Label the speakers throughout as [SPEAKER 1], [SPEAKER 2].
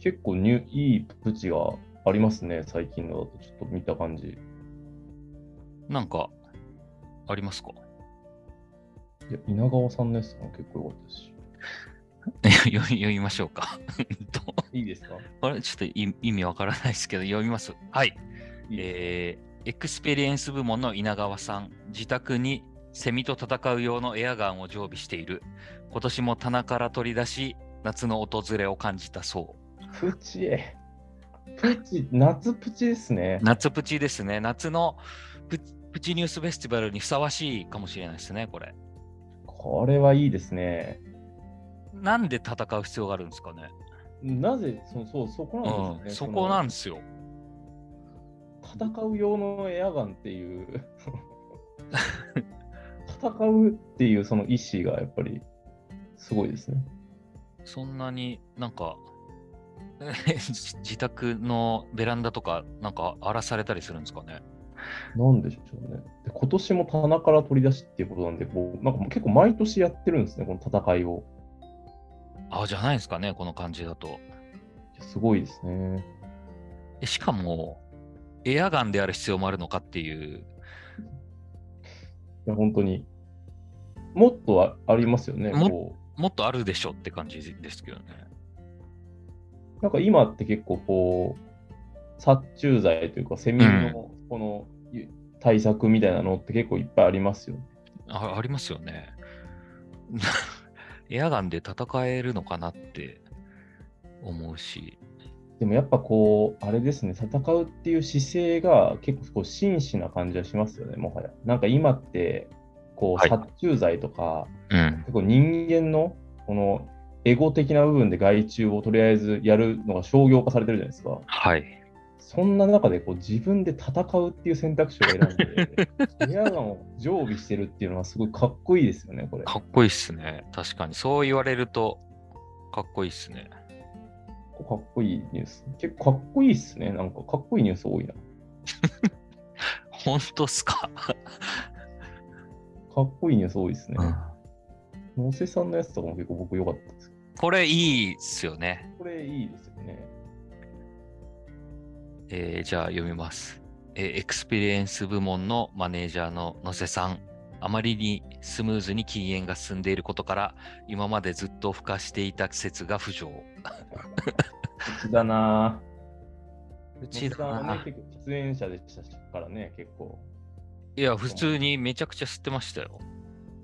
[SPEAKER 1] 結構ニュいいプチがありますね、最近のだと、ちょっと見た感じ。
[SPEAKER 2] なんか、ありますか
[SPEAKER 1] いや、稲川さんのやつも結構良かったし。
[SPEAKER 2] え読み読みましょうか。うんと
[SPEAKER 1] いいですか
[SPEAKER 2] あれちょっと意意味わからないですけど、読みます。はい。えーエクスペリエンス部門の稲川さん、自宅にセミと戦う用のエアガンを常備している。今年も棚から取り出し、夏の訪れを感じたそう。
[SPEAKER 1] プチ。プチ、夏プチですね。
[SPEAKER 2] 夏プチですね。夏のププチニュースフェスティバルにふさわしいかもしれないですね、これ。
[SPEAKER 1] これはいいですね。
[SPEAKER 2] なんで戦う必要があるんですかね。
[SPEAKER 1] なぜ、そそうそこなん
[SPEAKER 2] うん、
[SPEAKER 1] です
[SPEAKER 2] そ
[SPEAKER 1] よね。
[SPEAKER 2] こなん
[SPEAKER 1] の
[SPEAKER 2] ですよ。
[SPEAKER 1] 戦う用のエアガンって いう。戦うっていうその意思がやっぱりすごいですね。
[SPEAKER 2] そんなになんか、 自自宅のベランダとか、なんか荒らされたりするんですかね。
[SPEAKER 1] なんでしょうね。で今年も棚から取り出しっていうことなんで、こうなんかもう結構毎年やってるんですね、この戦いを。
[SPEAKER 2] あ、じゃないですかね、この感じだと。
[SPEAKER 1] いやすごいですね。
[SPEAKER 2] えしかも、エアガンである必要もあるのかっていう、
[SPEAKER 1] いや、本当に。もっとあありますよね。
[SPEAKER 2] も
[SPEAKER 1] こ
[SPEAKER 2] もっとあるでしょって感じですけどね。
[SPEAKER 1] うなんか今って結構こう、殺虫剤というか、セミのこのゆ対策みたいなのって結構いっぱいありますよね。
[SPEAKER 2] あありますよね。 エアガンで戦えるのかなって思うし、
[SPEAKER 1] でもやっぱこう、あれですね、戦うっていう姿勢が結構こう真摯な感じはしますよね、もはや。なんか今って、こ
[SPEAKER 2] は
[SPEAKER 1] う
[SPEAKER 2] い
[SPEAKER 1] 殺虫剤とか、
[SPEAKER 2] うん、
[SPEAKER 1] 結構人間のこのエゴ的な部分で害虫をとりあえずやるのが商業化されてるじゃないですか。
[SPEAKER 2] はい。
[SPEAKER 1] そんな中でこう自分で戦うっていう選択肢を選ん で、エアガンを常備してるっていうのはすごいかっこいいですよね、これ。
[SPEAKER 2] かっこいいっすね。確かに。そう言われると、かっこいいっすね。
[SPEAKER 1] かっこいいニュース。結構かっこいいっすね。なんかかっこいいニュース多いな。か
[SPEAKER 2] 本当っすか、
[SPEAKER 1] っこいいニュース多いですね。野瀬さんのやつとかも結構僕良かったですけど。
[SPEAKER 2] これいいっすよね。
[SPEAKER 1] これいいですよね。
[SPEAKER 2] えーじゃあ読みます、えーエクスペリエンス部門のマネージャーの野瀬さん。あまりにスムーズに禁煙が進んでいることから、今までずっと付加していた説が浮上。
[SPEAKER 1] うちだなぁ。
[SPEAKER 2] う
[SPEAKER 1] 野瀬
[SPEAKER 2] ちだ
[SPEAKER 1] さんはね
[SPEAKER 2] な、。
[SPEAKER 1] 結構喫煙者でしたからね、結構。
[SPEAKER 2] いや、普通にめちゃくちゃ吸ってましたよ。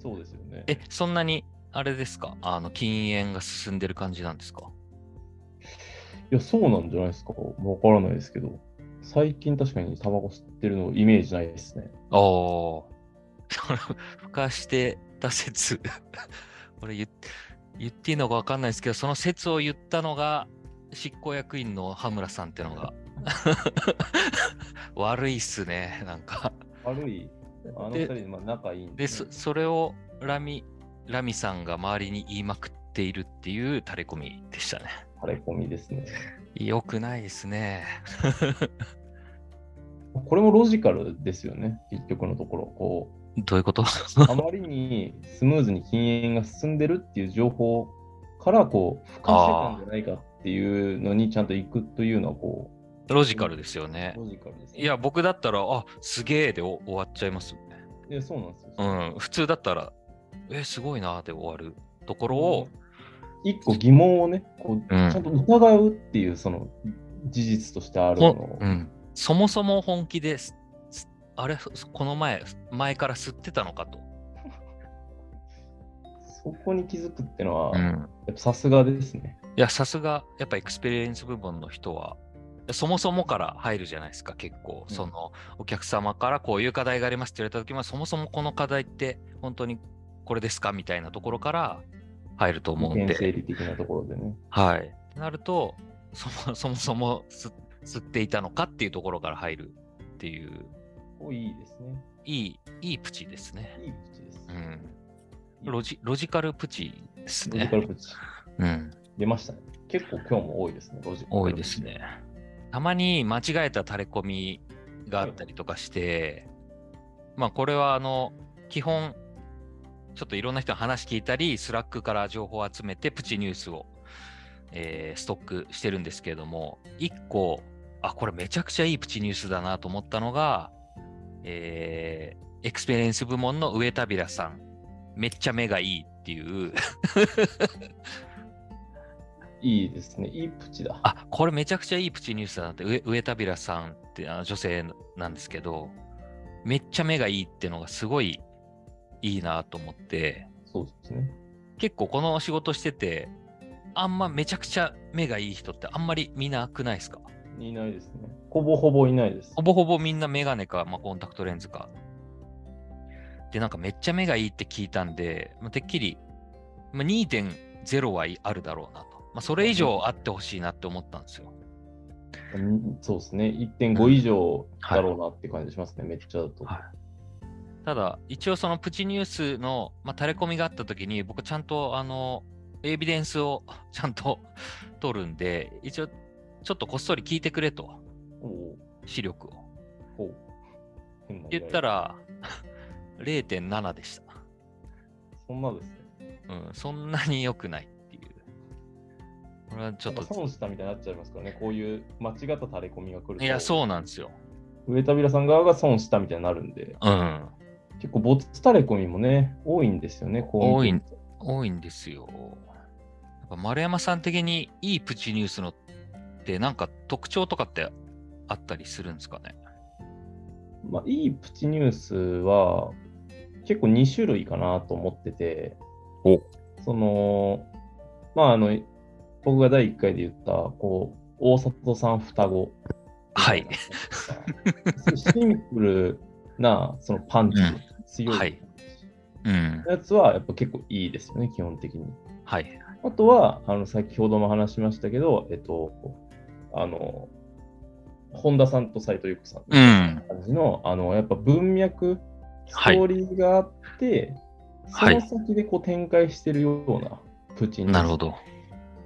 [SPEAKER 1] そうですよね。
[SPEAKER 2] え、そんなに、あれですかあの、禁煙が進んでる感じなんですか
[SPEAKER 1] いや、そうなんじゃないですか。わからないですけど。最近確かにタバコ吸ってるのイメージないですね。
[SPEAKER 2] ああ。それ、ふかしてた説。 これ言っ、言っていいのか分かんないですけど、その説を言ったのが、執行役員の羽村さんってのが。 悪いっすね、なんか。
[SPEAKER 1] 悪い。あの二
[SPEAKER 2] で
[SPEAKER 1] 人、まあ仲いいん
[SPEAKER 2] で、
[SPEAKER 1] で、
[SPEAKER 2] そそれをラミ、ラミさんが周りに言いまくっているっていうタレコミでしたね。
[SPEAKER 1] 垂れ込みですね。
[SPEAKER 2] 良くないですね。
[SPEAKER 1] これもロジカルですよね、結局のところ。こ
[SPEAKER 2] どういうこと
[SPEAKER 1] うあまりにスムーズに禁煙が進んでるっていう情報から、こう、付加してたんじゃないかっていうのにちゃんと行くというのは、こ
[SPEAKER 2] ロジカルですよね
[SPEAKER 1] う、。ロジカルです、ね。
[SPEAKER 2] いや、僕だったら、あすげえでお終わっちゃいますよね。
[SPEAKER 1] いや、そうなんですよ。
[SPEAKER 2] うん、普通だったら、え、すごいなで終わるところを、
[SPEAKER 1] 一個疑問をね、こう、ち
[SPEAKER 2] うん
[SPEAKER 1] ゃんと疑うっていう、その、事実としてあるも
[SPEAKER 2] ほん
[SPEAKER 1] のを
[SPEAKER 2] う。ん、そもそも本気です、すあれ、この前、前から吸ってたのかと。
[SPEAKER 1] そこに気づくってのは、
[SPEAKER 2] う
[SPEAKER 1] や
[SPEAKER 2] ん、
[SPEAKER 1] っぱさすがですね。
[SPEAKER 2] いや、さすが、やっぱエクスペリエンス部門の人は、そもそもから入るじゃないですか、結構。
[SPEAKER 1] うん
[SPEAKER 2] その、お客様からこういう課題がありますって言われた時は、そもそもこの課題って、本当にこれですかみたいなところから入ると思うん
[SPEAKER 1] 意見
[SPEAKER 2] で。
[SPEAKER 1] 整理的なところでね。
[SPEAKER 2] はい。ってなると、そもそ もそもす吸っていたのかっていうところから入るっていう、
[SPEAKER 1] こういいですね。
[SPEAKER 2] いい、いいプチですね。
[SPEAKER 1] いい口です。
[SPEAKER 2] うん。ロジロジカルプチです
[SPEAKER 1] ロジカル
[SPEAKER 2] ね。
[SPEAKER 1] プチ。
[SPEAKER 2] うん。
[SPEAKER 1] 出ましたね。結構今日も多いですね、ロジカル
[SPEAKER 2] 多いですね。たまに間違えた垂れ込みがあったりとかして、まあこれはあの基本ちょっといろんな人の話聞いたりスラックから情報を集めてプチニュースを、えーストックしてるんですけれども1個あこれめちゃくちゃいいプチニュースだなと思ったのが、えーエクスペリエンス部門の上田平さんめっちゃ目がいいっていう
[SPEAKER 1] いいですね。いいプチだ。
[SPEAKER 2] あこれめちゃくちゃいいプチニュースだなって、上上田平さんってあの女性なんですけど、めっちゃ目がいいっていうのがすごいいいなと思って、
[SPEAKER 1] そうですね。
[SPEAKER 2] 結構この仕事してて、あんまめちゃくちゃ目がいい人ってあんまり見なくないですか
[SPEAKER 1] いないですね。ほぼほぼいないです
[SPEAKER 2] ほ。ぼほぼみんなメガネか、まあ、コンタクトレンズか。で、なんかめっちゃ目がいいって聞いたんで、まあ、てっきり、まあ、2.0はいあるだろうなと。まあ、それ以上あってほしいなって思ったんですよ。
[SPEAKER 1] うんそうですね。1.5以上だろうなって感じしますね。めっちゃだと。
[SPEAKER 2] はいただ、一応そのプチニュースの、まあ、垂れ込みがあったときに、僕ちゃんとあの、エビデンスを ちゃんと取るんで、一応ちょっとこっそり聞いてくれと、
[SPEAKER 1] おお
[SPEAKER 2] 視力を。
[SPEAKER 1] ほう。変な
[SPEAKER 2] 言った。ら、0.7でした。
[SPEAKER 1] そんなですね。
[SPEAKER 2] うん、そんなに良くないっていう。これはち
[SPEAKER 1] ち
[SPEAKER 2] ょ
[SPEAKER 1] ょ
[SPEAKER 2] っ
[SPEAKER 1] っ
[SPEAKER 2] と
[SPEAKER 1] と、損したみたいになっちゃいますからね。こういう間違った垂れ込みが来ると。
[SPEAKER 2] いや、そうなんですよ。
[SPEAKER 1] 上田平さん側が損したみたいになるんで、
[SPEAKER 2] うん、
[SPEAKER 1] 結構ボツ垂れ込みもね、多いんですよね。こう
[SPEAKER 2] 多い多いんですよ。やっぱ丸山さん的にいいプチニュースのって、なんか特徴とかってあったりするんですかね。
[SPEAKER 1] まあ、いいプチニュースは結構2種類かなと思ってて
[SPEAKER 2] お、
[SPEAKER 1] その、まああの、僕が第1回で言った、こう、大里さん双子。
[SPEAKER 2] はい。
[SPEAKER 1] シンプルな、そのパンチ、
[SPEAKER 2] うん
[SPEAKER 1] 強い。
[SPEAKER 2] はいうん、
[SPEAKER 1] やつはやっぱ結構いいですよね、基本的に。
[SPEAKER 2] はい。
[SPEAKER 1] あとは、あの、先ほども話しましたけど、えっと、あの、本田さんと斎藤由子さん。
[SPEAKER 2] うん、
[SPEAKER 1] 感じの、あの、やっぱ文脈、スト
[SPEAKER 2] はい
[SPEAKER 1] ーリーがあって、
[SPEAKER 2] はい
[SPEAKER 1] その先でこう展開してるようなプチに。
[SPEAKER 2] なるほど。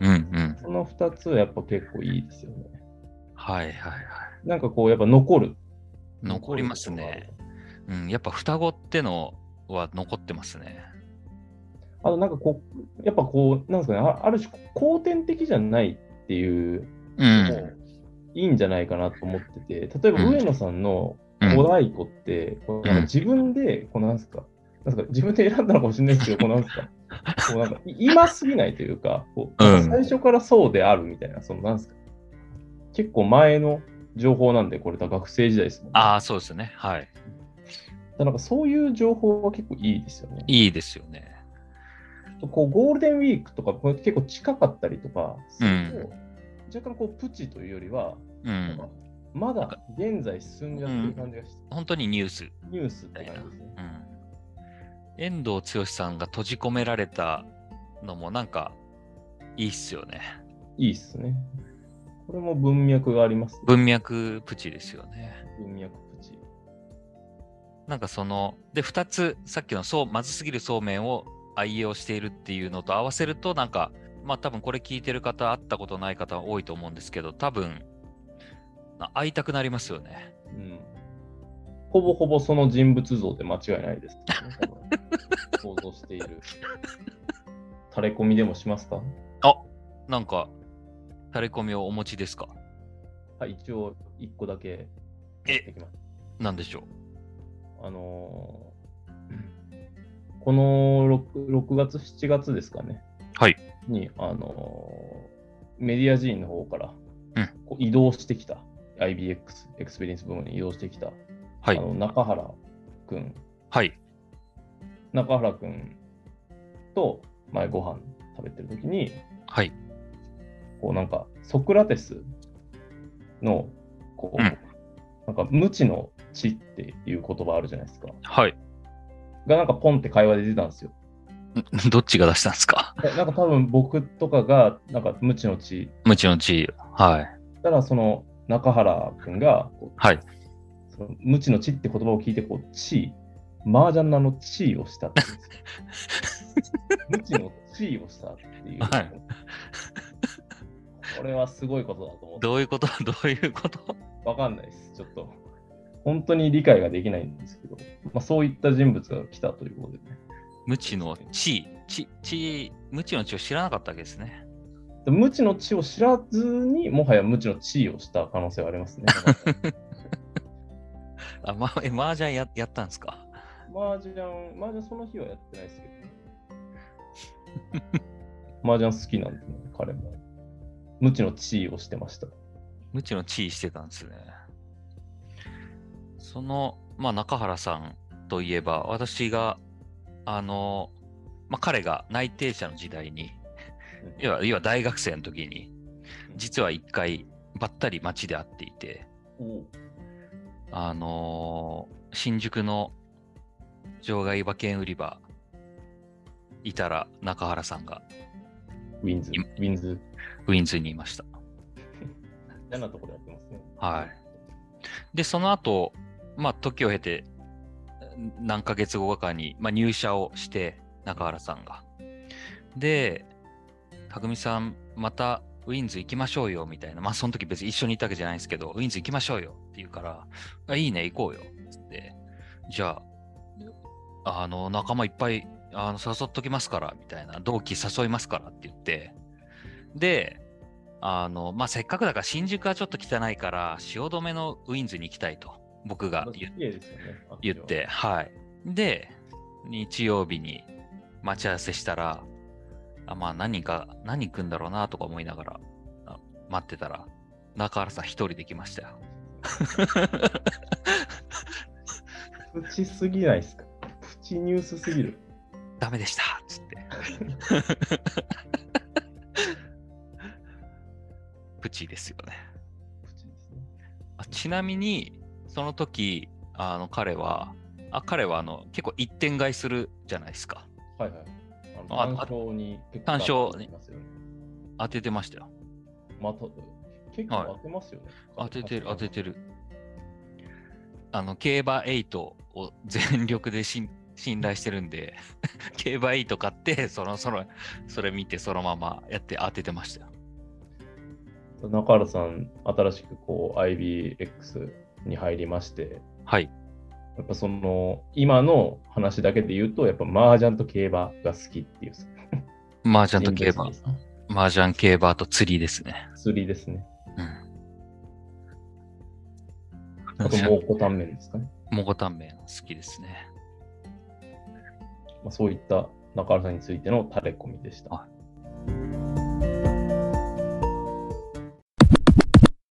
[SPEAKER 2] うん、うん。
[SPEAKER 1] その2つはやっぱ結構いいですよね。
[SPEAKER 2] はい、はい、はい。
[SPEAKER 1] なんかこう、やっぱ残る。
[SPEAKER 2] 残りますね。うん、やっぱ双子ってのは残ってますね。
[SPEAKER 1] あとなんかこう、やっぱこう、なんですかね、あある種、後天的じゃないっていう、
[SPEAKER 2] う
[SPEAKER 1] も
[SPEAKER 2] ん。
[SPEAKER 1] ういいんじゃないかなと思ってて、例えば
[SPEAKER 2] うん
[SPEAKER 1] 上野さんの
[SPEAKER 2] うん
[SPEAKER 1] お太鼓って、こうなんか自分で、こうなんすか、なんすか、自分で選んだのかもしれないですけど、こうなんすか、こうなんか、い今すぎないというか、こう
[SPEAKER 2] うん
[SPEAKER 1] 最初からそうであるみたいな、そのなんすか、結構前の情報なんで、これ、学生時代ですもんね。だか
[SPEAKER 2] ああ、そうですね。はい。
[SPEAKER 1] らなんかそういう情報は結構いいですよね。
[SPEAKER 2] いいですよね。
[SPEAKER 1] こうゴールデンウィークとか、こう結構近かったりとかすると、若干こうプチというよりは、
[SPEAKER 2] う
[SPEAKER 1] なん
[SPEAKER 2] ん
[SPEAKER 1] か。まだ現在進んじゃってる感じがして、
[SPEAKER 2] 本当にニュース。
[SPEAKER 1] ニュースって感じですね。
[SPEAKER 2] うん、遠藤剛さんが閉じ込められたのもなんかいいっすよね。
[SPEAKER 1] いいっすね。これも文脈があります、ね。
[SPEAKER 2] 文脈プチですよね。
[SPEAKER 1] 文脈プチ。
[SPEAKER 2] なんかその、で、2つ、さっきのそうまずすぎるそうめんを愛用しているっていうのと合わせると、なんか、まあ多分これ聞いてる方、会ったことない方多いと思うんですけど、多分、な会いたくなりますよね。
[SPEAKER 1] うん。ほぼほぼその人物像で間違いないです、ね。多分想像している。垂れ込みでもしますか
[SPEAKER 2] なんか、タレコミをお持ちですか
[SPEAKER 1] はい、一応一個だけ持ってきます。
[SPEAKER 2] なんでしょ
[SPEAKER 1] あのーこの 6, 6月、7月ですかね。
[SPEAKER 2] はい。
[SPEAKER 1] に、あのーメディア人の方から、
[SPEAKER 2] うん
[SPEAKER 1] こう移動してきた、IBX、エクスペリエンス部門に移動してきた、
[SPEAKER 2] う。
[SPEAKER 1] あ
[SPEAKER 2] はい。
[SPEAKER 1] の中原くん、
[SPEAKER 2] はい。
[SPEAKER 1] 中原くんと前ご飯食べてるときに、
[SPEAKER 2] はい。
[SPEAKER 1] こうなんかソクラテスの、こう、
[SPEAKER 2] うん
[SPEAKER 1] なんか無知の知っていう言葉あるじゃないですか。
[SPEAKER 2] はい。
[SPEAKER 1] がなんかポンって会話で出たんですよ。
[SPEAKER 2] んどっちが出したんですか
[SPEAKER 1] でなんか多分僕とかがなんか無知の知
[SPEAKER 2] もちろん地位。はい。
[SPEAKER 1] たらその中原くんがこう
[SPEAKER 2] はい。
[SPEAKER 1] その無知の知って言葉を聞いてこう地麻雀なの地位をした っていうんですよ無知の地位をしたっていう、
[SPEAKER 2] はい
[SPEAKER 1] これはすごいことだと思って、
[SPEAKER 2] どういうこと どういうこと
[SPEAKER 1] わかんないです。ちょっと、本当に理解ができないんですけど、まあ、そういった人物が来たということでね。
[SPEAKER 2] 無知の地、地、地、無知の地を知らなかったわけですね。
[SPEAKER 1] で無知の地を知らずに、もはや無知の地位をした可能性はありますね。
[SPEAKER 2] あ、ま、え、麻雀ややったんですか
[SPEAKER 1] 麻雀、麻雀その日はやってないですけど。 麻雀好きなんで、ね、彼も。無知の地位をしてました。
[SPEAKER 2] 無知の地位してたんですね。その、まあ、中原さんといえば、私が、あの、まあ、彼が内定者の時代に、
[SPEAKER 1] うん
[SPEAKER 2] 要は要は大学生の時に、実は一回、ばったり街で会っていて、
[SPEAKER 1] おう
[SPEAKER 2] あのー新宿の場外馬券売り場、いたら中原さんが
[SPEAKER 1] ウィンズ、
[SPEAKER 2] 今
[SPEAKER 1] ウィンズ、
[SPEAKER 2] ウィンズにいました。
[SPEAKER 1] 嫌なところでやってますね。
[SPEAKER 2] はい。で、その後、まあ、時を経て、何ヶ月後かに、まあ、入社をして、中原さんが。で、匠さん、またウィンズ行きましょうよ、みたいな。まあ、その時別に一緒にいたわけじゃないんですけど、ウィンズ行きましょうよって言うから、あいいね、行こうよ、つって。じゃあ、あの、仲間いっぱい、あの、誘っときますから、みたいな。同期誘いますからって言って。で、あの、まあ、せっかくだから新宿はちょっと汚いから、汐留のウィンズに行きたいと、僕が言っ
[SPEAKER 1] 綺麗ですよね。
[SPEAKER 2] 言って、はい。で、日曜日に待ち合わせしたら、あまあ何人か、何人来んだろうなとか思いながらあ待ってたら、中原さん一人で来ましたよ。
[SPEAKER 1] プチすぎないですかプチニュースすぎる。
[SPEAKER 2] ダメでしたっつって。プチですよね。
[SPEAKER 1] プチですね。
[SPEAKER 2] あちなみにその時あの彼はあ彼はあの結構一点買いするじゃないですか
[SPEAKER 1] はいはい。
[SPEAKER 2] あ
[SPEAKER 1] あの単勝に結構
[SPEAKER 2] 単勝ね
[SPEAKER 1] 当ててますよね
[SPEAKER 2] 当ててましたよ
[SPEAKER 1] また結構当てますよね。
[SPEAKER 2] 当ててる当ててるあの競馬8を全力で信信頼してるんで 競馬8買ってそのそのそれ見てそのままやって当ててましたよ
[SPEAKER 1] 中原さん、新しくこう IBX に入りまして、
[SPEAKER 2] はい
[SPEAKER 1] やっぱその今の話だけで言うと、やっぱ麻雀と競馬が好きっていう。
[SPEAKER 2] 麻雀と競馬
[SPEAKER 1] 人物
[SPEAKER 2] 麻雀競馬と釣りですね、
[SPEAKER 1] です釣りですね。
[SPEAKER 2] う
[SPEAKER 1] あと、
[SPEAKER 2] ん
[SPEAKER 1] 蒙古タンメンですかね。
[SPEAKER 2] 蒙古タンメン好きですね
[SPEAKER 1] まあ、そういった中原さんについてのタレコミでした。
[SPEAKER 2] あ